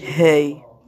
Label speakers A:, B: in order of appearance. A: Hey.